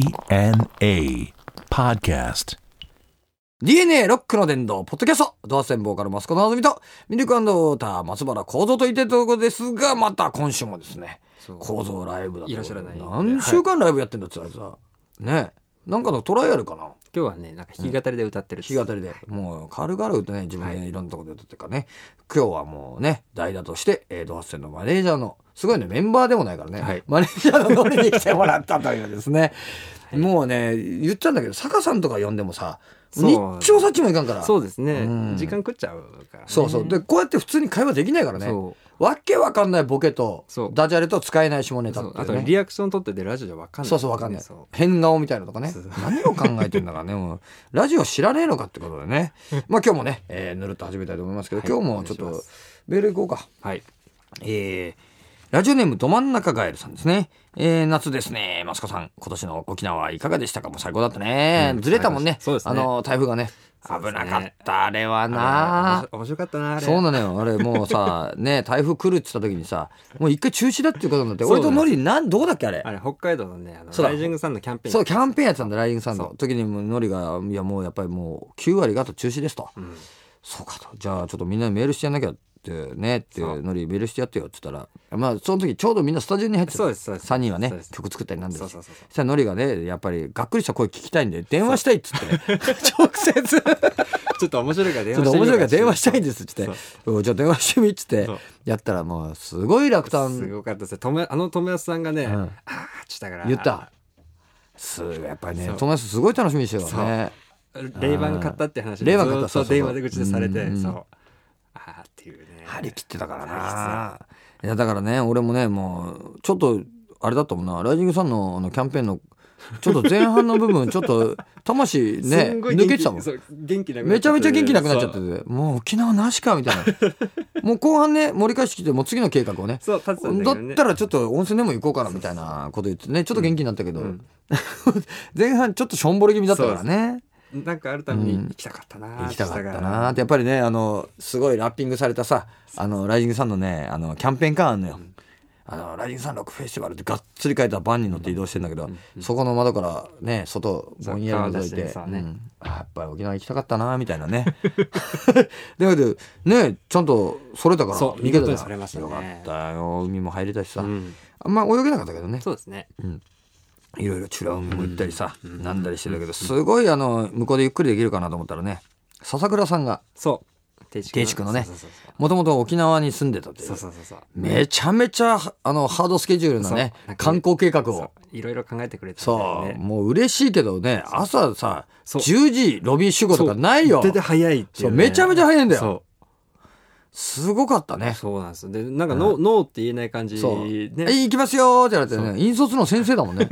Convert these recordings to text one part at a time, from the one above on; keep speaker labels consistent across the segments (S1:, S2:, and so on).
S1: DNA Podcast.
S2: DNA ロックの殿堂、ポッドキャスト、ドアステンボーカル、マスコのあずみと、ミルクウォーター、松原幸三と言ってるところですが、また今週もですね、
S3: そう
S2: 幸三ライブだと
S3: いらっしゃらない
S2: 何週間ライブやってんだって言われてさ、ねなんかのトライアルかな
S3: 今日はねなんか弾き語りで歌ってるっす
S2: 日語りで。もう、軽々とね、自分でいろんなところで歌ってるからね、今日はもうね、代打として、えー、ドアステンのマネージャーの、すごいね、メンバーでもないからね、
S3: はい
S2: マネージャーのノリに来てもらったというです ね、もうね、言っちゃうんだけど、坂さんとか呼んでもさ、
S3: そう
S2: 日朝さっちもいかんから。
S3: そうですね、
S2: うん
S3: 時間食っちゃうからね、
S2: そうそう。で、こうやって普通に会話できないからね。
S3: そう
S2: わけわかんないボケと
S3: そう、
S2: ダジャレと使えない下ネタっ
S3: そう
S2: てい
S3: あ
S2: う
S3: と
S2: ね、
S3: リアクション取っててラジオじゃわかんない、
S2: そうそうわかんない
S3: そ。
S2: 変顔みたいなのとかね
S3: そう。
S2: 何を考えてんだかね。もうラジオ知らねえのかってことで ね。まあ今日もね、えーぬるっと始めたいと思いますけど、
S3: はい
S2: 今日もちょっ
S3: お願いし
S2: と
S3: ま
S2: メール行こうか。
S3: うはい
S2: えーラジオネームど真ん中ガエルさんですね。えー夏ですね。マスコさん、今年の沖縄はいかがでしたかもう最高だったね。
S3: うん
S2: ずれたもんね。
S3: そうですね
S2: あの、台風がね。
S3: そうです
S2: 危
S3: ね
S2: なかった、あれはな
S3: あれ面白面白かったなあれ
S2: そうなのよ。あれもう さ、ね、台風来るって言った時にさ、もう一回中止だっていうことになって、
S3: そう
S2: 俺
S3: なの
S2: とノリ、なん、どこだっけあれ
S3: あ。れ北海道のねあの
S2: そうだ
S3: ライジングさんのキャンペーン
S2: そう、キャンペーンやってたんだ、ライディングさんの時にもうノリが、いやもうやっぱりもう9割がと中止ですと。
S3: ん
S2: そうかと。じゃあちょっとみんなにメールしてやんなきゃってね、って、
S3: そう
S2: ノリメールしてやってよって言ったら、まあその時ちょうどみんなスタジオに入ってた
S3: そうですそうです
S2: 3人はね
S3: そうです、
S2: 曲作ったりなんだ
S3: そ
S2: り
S3: う
S2: し
S3: そうそうそう
S2: そしたらノリがね、やっぱりがっくりした声聞きたいんで、電話したいっつってね、 直接。
S3: ちょっと面白いから電
S2: ちょっと面
S3: 話してみ
S2: 白い
S3: よう
S2: から電話したいん
S3: ちょ
S2: ですっつって
S3: そう
S2: 「うんじゃあ電話してみ」っつって
S3: そう
S2: やったらもうすごい落
S3: っとす
S2: 胆
S3: ごかったですねとめあの友安さんがね、
S2: ん
S3: ああちょっとだから
S2: 言ったすごいやっぱりね
S3: そう
S2: 友達すごい楽しみにしてるからね
S3: レイバン買ったって話
S2: レイバン買った
S3: ず
S2: そうそう
S3: と
S2: そう
S3: 電話で口でされて、
S2: うんうん
S3: そうああっていうね
S2: 張り切ってたから
S3: 張
S2: ないやだからね俺もねもうちょっとあれだったもんなライジングさんのあのキャンペーンのちょっと前半の部分ちょっと魂ね
S3: すんごい元
S2: 抜
S3: 気
S2: けてたもん
S3: そう元気なくなっ
S2: めちゃめちゃ元気なくなっちゃって
S3: そう
S2: てもう沖縄なしかみたいなもう後半ね盛り返してきてもう次の計画をね
S3: そう立ってたんだ
S2: だ
S3: けどね
S2: ったらちょっと温泉でも行こうかなみたいなこと言ってねちょっと元気になったけど、
S3: うん
S2: 前半ちょっとしょんぼり気味だったからね
S3: なんかあるために行きたかったな、
S2: 行きたかったなーってやっぱりねあのすごいラッピングされたさあのライジングさんのねあのキャンペーンカーあんのよ、あのライジングさんロックフェスティバルってがっつり書いたバンに乗って移動してんだけど、そこの窓からね外ぼんやり覗いて、
S3: そう顔出してね
S2: うんあやっぱり沖縄行きたかったなーみたいなね だけどねちゃんとそれたから
S3: そう
S2: 逃げた
S3: 見
S2: じゃん
S3: 事にそれましたね
S2: よかったよ海も入れたしさ、
S3: うん
S2: あんま泳げなかったけどね
S3: そうですね
S2: いろいろチュラウンも行ったりさ、なんだりしてたけど、すごいあの、向こうでゆっくりできるかなと思ったらね、笹倉さんが、
S3: そう定
S2: 定畜のね
S3: そうそうそう
S2: もともと沖縄に住んでたという
S3: そうそうそうそう
S2: めちゃめちゃ、あの、ハードスケジュールな
S3: そう
S2: ね
S3: なん、か
S2: 観光計画
S3: そ
S2: を。
S3: ういろいろ考えてくれてたんだよ
S2: そう、
S3: ね
S2: もう嬉しいけどね、朝さ、
S3: そう
S2: 10時ロビー集合とかないよ。
S3: 出て早いっていう
S2: そ
S3: ね、
S2: うめちゃめちゃ早いんだよ
S3: そ
S2: すごかった
S3: う
S2: ね。
S3: そうなんですよでなんかノー、ノーって言えない感じ
S2: そう。
S3: ね
S2: え行きますよーって言われてね、引率の先生だ もんね。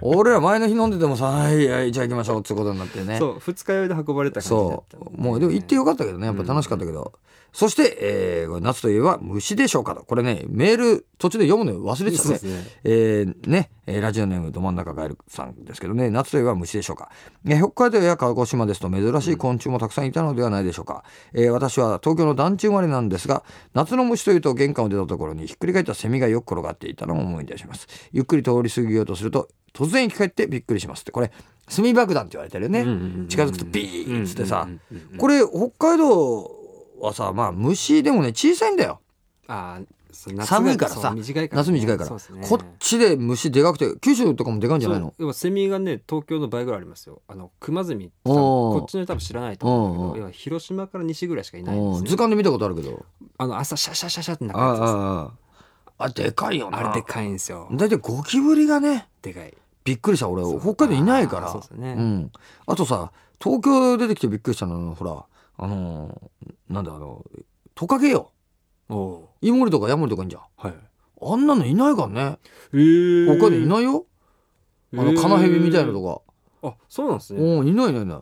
S2: 俺ら前の日飲んでてもさ、はい、はい、じゃあ行きましょうってことになってね。
S3: そう二日酔いで運ばれた感じだっ
S2: そ
S3: たんだよね、
S2: う。もう、でも行ってよかったけどね。やっぱ楽しかったけど。そして、えーこれ夏といえば虫でしょうかと。これね、メール途中で読むの忘れてた
S3: そう
S2: ね
S3: です。ね
S2: えーね、えーラジオネームど真ん中ガエルさんですけどね、夏といえば虫でしょうか。えー北海道や鹿児島ですと珍しい昆虫もたくさんいたのではないでしょうか。えー私は東京の団地生まれなんですが、夏の虫というと玄関を出たところにひっくり返ったセミがよく転がっていたのを思い出します。ゆっくり通り過ぎようとすると、突然生き返ってびっくりしますって。これ、炭爆弾って言われてるよね。
S3: うんうんうんうん
S2: 近づくとビーンっつってさ
S3: うんうんうんうんうん
S2: これ北海道はさまあ虫でもね小さいんだよ
S3: あーそう夏が
S2: 寒いから
S3: そ
S2: さ
S3: う短いからね、
S2: 夏短いから、
S3: そうですね
S2: こっちで虫でかくて九州とかもでかいんじゃない
S3: そう
S2: の
S3: でもセミがね東京の倍ぐらいありますよあの熊ゼミって多分
S2: おー
S3: こっちの人多分知らないと思うんだ
S2: おー
S3: けど要は広島から西ぐらいしかいないんで
S2: うん
S3: す
S2: 図
S3: よ
S2: 鑑で見たことあるけど
S3: あの朝シャシャシャシャって鳴く
S2: ああ
S3: やつです
S2: あああでかいよな
S3: あれでかいんですよ
S2: 大体ゴキブリがね
S3: でかい
S2: びっくりした俺
S3: そう
S2: 北海道いないから
S3: あーそうですね
S2: ん、あとさ東京出てきてびっくりしたのはほらあのーなんだあのトカゲよ
S3: おお
S2: イモリとかヤモリとかいいんじゃん
S3: ーはい
S2: あんなのいないからね
S3: えー
S2: 他にいないよ、あのカナヘビみたいな
S3: か
S2: とか。
S3: あそうなんですね
S2: うんいないいないいない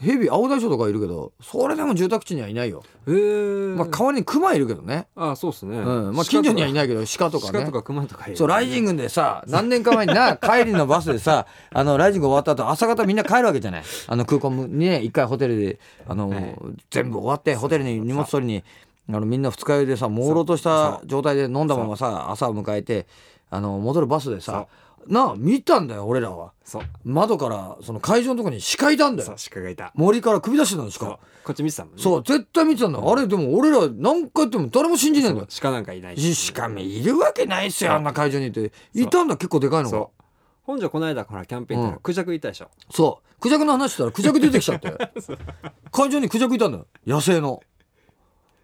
S2: ヘビ青大将とかいるけどそれでも住宅地にはいないよ、
S3: えー
S2: まあ代わりにクマいるけどね、
S3: あそうですね
S2: うんまあ、近所にはい
S3: い
S2: ないけど鹿とか
S3: 鹿
S2: ね
S3: とか熊とかいる
S2: そうライジングでさ何年か前に な帰りのバスでさあのライジング終わった後朝方みんな帰るわけじゃないあの空港にね一回ホテルであの、
S3: はい
S2: 全部終わってホテルに荷物取りにあのみんな二日酔いでさ朦朧とした状態で飲んだままさ朝を迎えてあの戻るバスでさなあ見たんだよ俺らは
S3: そう
S2: 窓からその会場のとこに鹿いたんだ
S3: そ
S2: よ
S3: う鹿がいた
S2: 森から首出してたの
S3: そう
S2: 鹿
S3: こっち見てたもんね
S2: そう絶対見てたんだあれでも俺ら何回言っても誰も信じないんだよ
S3: 鹿なんかいない
S2: しかもいるわけないっすよあんな会場にいていたんだ結構でかいのが
S3: そう本庄この間ほらキャンペーン行った
S2: うん
S3: らクジャクいたでしょ
S2: そうクジャクの話したらクジャク出てきちゃって会場にクジャクいたんだよ野生の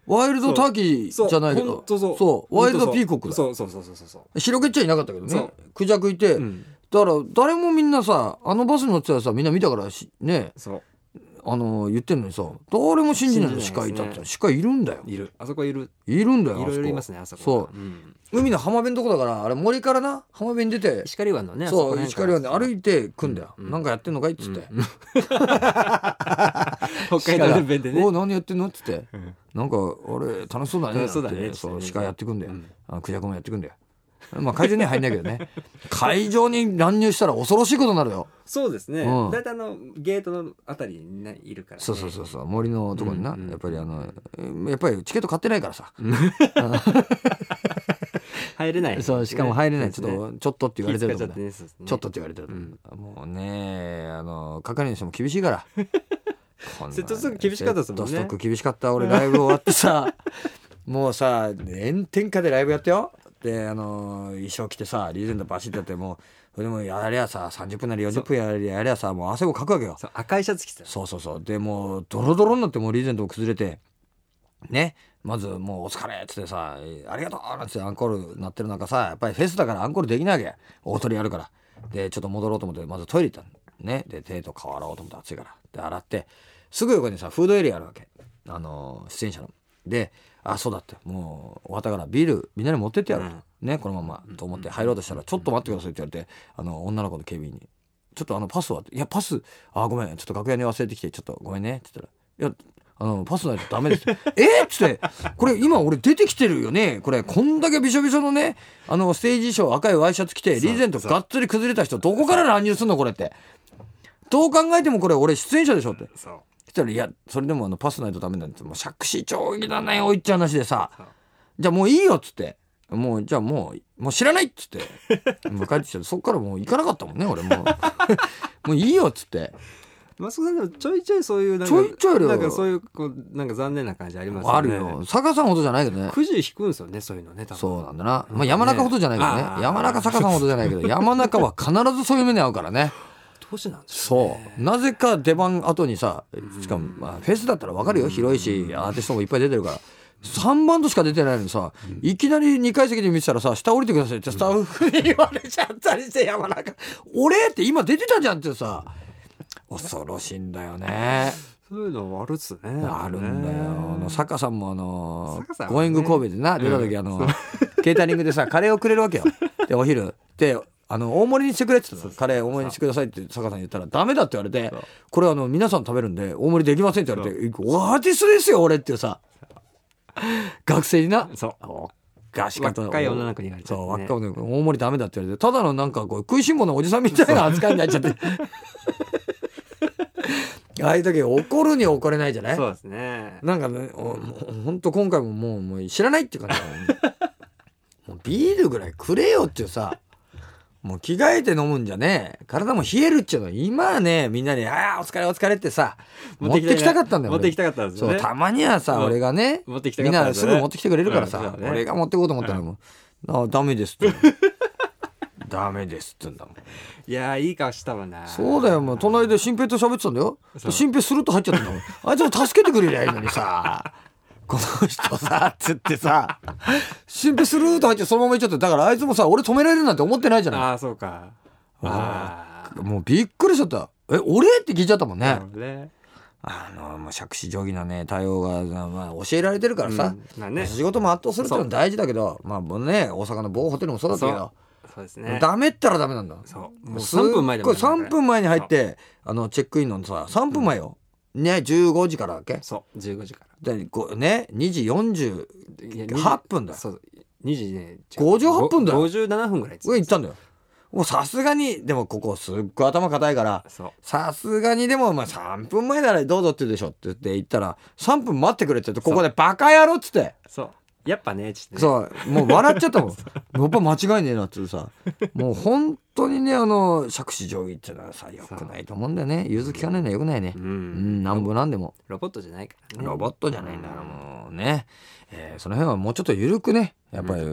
S2: ワイルドターキーじゃないけ
S3: ほ
S2: ど
S3: んとそう
S2: そうワイルドピーコックだ
S3: そうそうそうそうそうそ
S2: 広げちゃいなかったけど
S3: そ
S2: ね
S3: う
S2: クジャクいて、
S3: ううん
S2: だから誰もみんなさあのバスに乗ってたらさみんな見たからしね
S3: そう
S2: あの言ってんのにさ誰も信じないの
S3: 信じな
S2: 鹿
S3: い
S2: い
S3: です
S2: た
S3: ね
S2: って鹿いるんだよ
S3: いるあそこいる
S2: いるんだ
S3: い
S2: よ
S3: ろいろいます
S2: ね
S3: ねあそこ
S2: そ
S3: うん
S2: 海の浜辺のとこだからあれ森からな浜辺に出て
S3: 石狩湾のね
S2: そう石狩湾で歩
S3: い
S2: いてくんだよ、
S3: うんうん
S2: なんかやってんのかいっつって、
S3: 北海道の弁で
S2: おう
S3: ね
S2: 何やってんのっつって
S3: うん
S2: なんかあれ楽しそうだね
S3: 楽しそうだね
S2: なんてそう鹿やってくんだよ、
S3: うん
S2: あクジャクもやってくんだよまあ会場には入んないけどね 会場に乱入したら恐ろしいことになるよ
S3: そうですね
S2: うん
S3: 大体あのゲートのあたりにねいるからね
S2: そうそうそうそう森のとこにな、
S3: うんうん
S2: やっぱりあのえやっぱりチケット買ってないからさ、
S3: 入れない
S2: そうしかも入れない、ち
S3: そうですね
S2: ょっとちょっとって言われてると
S3: 気
S2: 思
S3: 遣
S2: うん
S3: っ
S2: だ
S3: ちゃ
S2: よ
S3: ってねそうですね
S2: ちょっとって言われてる、
S3: うん
S2: もうねあの係の人も厳しいから こんな
S3: セットストック厳しかったですもんね
S2: セットストック厳しかった俺ライブ終わって さもうさ炎天下でライブやってよであの衣装着てさリーゼントバシッてやってもうそれでもやりゃさ30分なり40分やりやりゃさもう汗をかくわけよ
S3: そう赤いシャツ着てた
S2: そうそうそうでもうドロドロになってもうリーゼントも崩れてねまずもう「お疲れ」っつってさ「ありがとう」なんつってアンコールなってる中さやっぱりフェスだからアンコールできないわけ大鳥やるからでちょっと戻ろうと思ってまずトイレ行ったのねで手と顔洗おうと思って暑いからで洗ってすぐ横にさフードエリアあるわけあの出演者のであそうだってもう終わったからビールみんなに持ってってやろうと、ねこのままと思って入ろうとしたら「ちょっと待ってください」って言われてあの女の子の警備員にちょっとあのパスはっていやパスあごめんちょっと楽屋に忘れてきてちょっとごめんねって言ったら「いやあのパスないとダメです」 えっ?」っつって「これ今俺出てきてるよねこれこんだけびしょびしょのねあのステージ衣装赤いワイシャツ着てリーゼントがっつり崩れた人どこから乱入すんのこれ」って「どう考えてもこれ俺出演者でしょ」って
S3: そう
S2: そしたら「いやそれでもあのパスないとダメなんですもう杓子定規だねおいっちゃう話でさ
S3: そう
S2: じゃあもういいよ」っつって。もうじゃあもうもう知らないっつってもう帰ってきてそっからもう行かなかったもんね俺 もうもういいよっつって
S3: マスコさんでもちょいちょいそういうなんか
S2: ちょいちょいあるよ
S3: なんかそういうこうなんか残念な感じあります
S2: あるよ逆さんほどじゃないけどね
S3: くじ引くんですよねそういうのね多分
S2: そうなんだな、まあ、山中ほどじゃないけどね
S3: ねあー
S2: 山中坂さんほどじゃないけど山中は必ずそういう目に遭うからね
S3: どうしてなんです
S2: そうなぜか出番後にさしかもまあフェスだったら分かるよ広いしアーティストもいっぱい出てるから3バンドしか出てないのにさいきなり2階席で見てたらさ下降りてくださいってスタッフに言われちゃったりして山中俺って今出てたじゃんってさ恐ろしいんだよね
S3: そういうのあるっすね
S2: あるんだよ。あの坂さんもあの
S3: 坂さんはね
S2: ゴーイング神戸でな出た時あの ケータリングでさカレーをくれるわ けよ。でお昼であの大盛りにしてくれって言ったのカレー大盛りにしてくださいって坂さんに言ったらダメだって言われて
S3: そう
S2: これあの皆さん食べるんで大盛りできませんって言われてアーティストですよ俺っていうさ学生にな
S3: そう
S2: おかしかった
S3: 若い女の子に言われちゃ
S2: そう
S3: って
S2: 若
S3: ね
S2: い女の子大盛りダメだって言われてただのなんかこう食いしん坊のおじさんみたいな扱いになっちゃって ああいう時怒るには怒れないじゃない
S3: そうですね
S2: なんかね、おもう本当今回ももうもう知らないっていう感じだもんも うビールぐらいくれよっていうさ、もう着替えて飲むんじゃねえ。体も冷えるっちゅうの。今はね、みんなに、ああ、お疲れお疲れってさ、持ってきたかったんだよ。
S3: 持って
S2: 俺
S3: きたかったんですよ
S2: そう、
S3: ね
S2: たまにはさ、
S3: うん
S2: 俺がね、
S3: 持ってきた
S2: み
S3: か
S2: ん
S3: ったん
S2: な
S3: ですすね
S2: ぐ持ってきてくれるからさ、
S3: うんそうだね
S2: 俺が持ってこうと思ったらもう、あダメですって。 ダメですって言うんだもん。
S3: いやーいい顔したわな
S2: そうだよ、もう隣で新平と喋ってたんだよ。
S3: そう
S2: 新平スルッと入っちゃったんだ もん。あいつも助けてくれりゃいいのにさ。この人さ、って言ってさ、新平スルーッと入ってそのまま行っちゃって、だからあいつもさ、俺止められるなんて思ってないじゃな
S3: ああそうかあ
S2: い。もうびっくりしちゃった。え、俺って聞いちゃったもん
S3: あ
S2: ね
S3: なる。ほどね
S2: あの、もう杓子定規なね、対応が、まあ、教えられてるからさ、
S3: うんまあね
S2: 仕事も圧倒するってのは大事だけど、まあもうね、大阪の某ホテルもそうだったけど、
S3: そうですね
S2: ダメったらダメなんだ。
S3: そうもう3分前でも
S2: すっごい3分前に入ってあのチェックインのさ3分前よ、ね15時からだっけ
S3: そう15時か
S2: でこうね2時40
S3: らいや
S2: 8分だよ
S3: そう2時ね
S2: 58分だよ
S3: 57分ぐらいです
S2: 上行ったんだよもうさすがにでもここすっごい頭固いから
S3: そう
S2: さすがにでもまあ3分前ならどうぞって言うでしょって言って行ったら3分待ってくれって言ってここでバカ野郎っつって
S3: そうやっぱね、ちょっとね。
S2: そうもう笑っちゃ ったもんやっぱ間違いねえなっていうさもう本当にねあの杓子定規っていうのはさよくないと思うんだよね融通きかないのはよくないね
S3: う。
S2: うんんなんぼなんでも
S3: ロボットじゃないからね。
S2: ロボットじゃないんだからもうね、えーその辺はもうちょっと緩くねやっぱり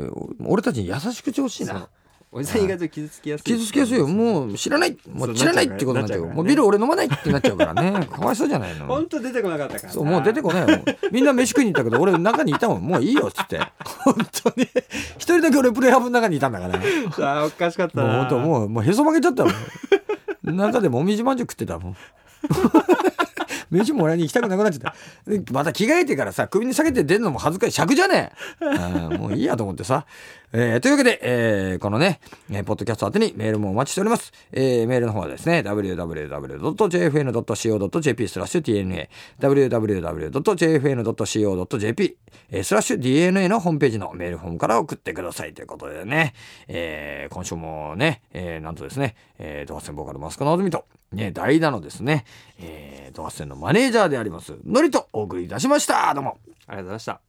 S2: 俺たちに優しくしてほしい
S3: そ
S2: な
S3: うおじさん意外と傷つきやすい。
S2: 傷つけやすいよ
S3: う。
S2: もう知らないもう知らないってことになっちゃう
S3: そうなっちゃうからね
S2: もうビール俺飲まないってなっちゃうからねかわいそうじゃない
S3: ほ
S2: の
S3: んと出てこなかったからな。
S2: そうもう出てこないよもうみんな飯食いに行ったけど俺中にいたもんもういいよっつって本当に一人だけ俺プレハブの中にいたんだからもう
S3: ああ、おかしかったな。
S2: 本当もうもうへそ曲げちゃったもん中でもみじまんじゅう食ってたもん飯もらいに行きたくなくなっちゃったでまた着替えてからさ首に下げて出るのも恥ずかしい尺じゃねえあーもういいやと思ってさ、えーというわけで、えーこのね、えーポッドキャスト宛てにメールもお待ちしております、えーメールの方はですね www.jfn.co.jp スラッシュ dna www.jfn.co.jp えースラッシュ dna のホームページのメールフォームから送ってくださいということでね、えー今週もね、えーなんとですね、えー、ドハッセンボーカルマスコのあずみと、ね、代打のですね、えー、ドハッセンのマネージャーでありますのりとお送りいたしましたどうも
S3: ありがとうございました。